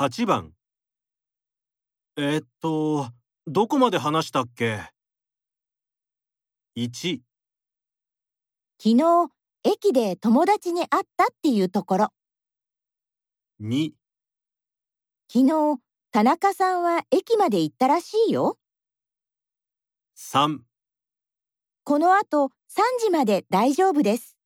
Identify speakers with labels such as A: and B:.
A: 8番えーっと、どこまで話したっけ ?1、
B: 昨日、駅で友達に会ったっていうところ。
A: 2、
B: 昨日、田中さんは駅まで行ったらしいよ。
A: 3
B: この後3時まで大丈夫です。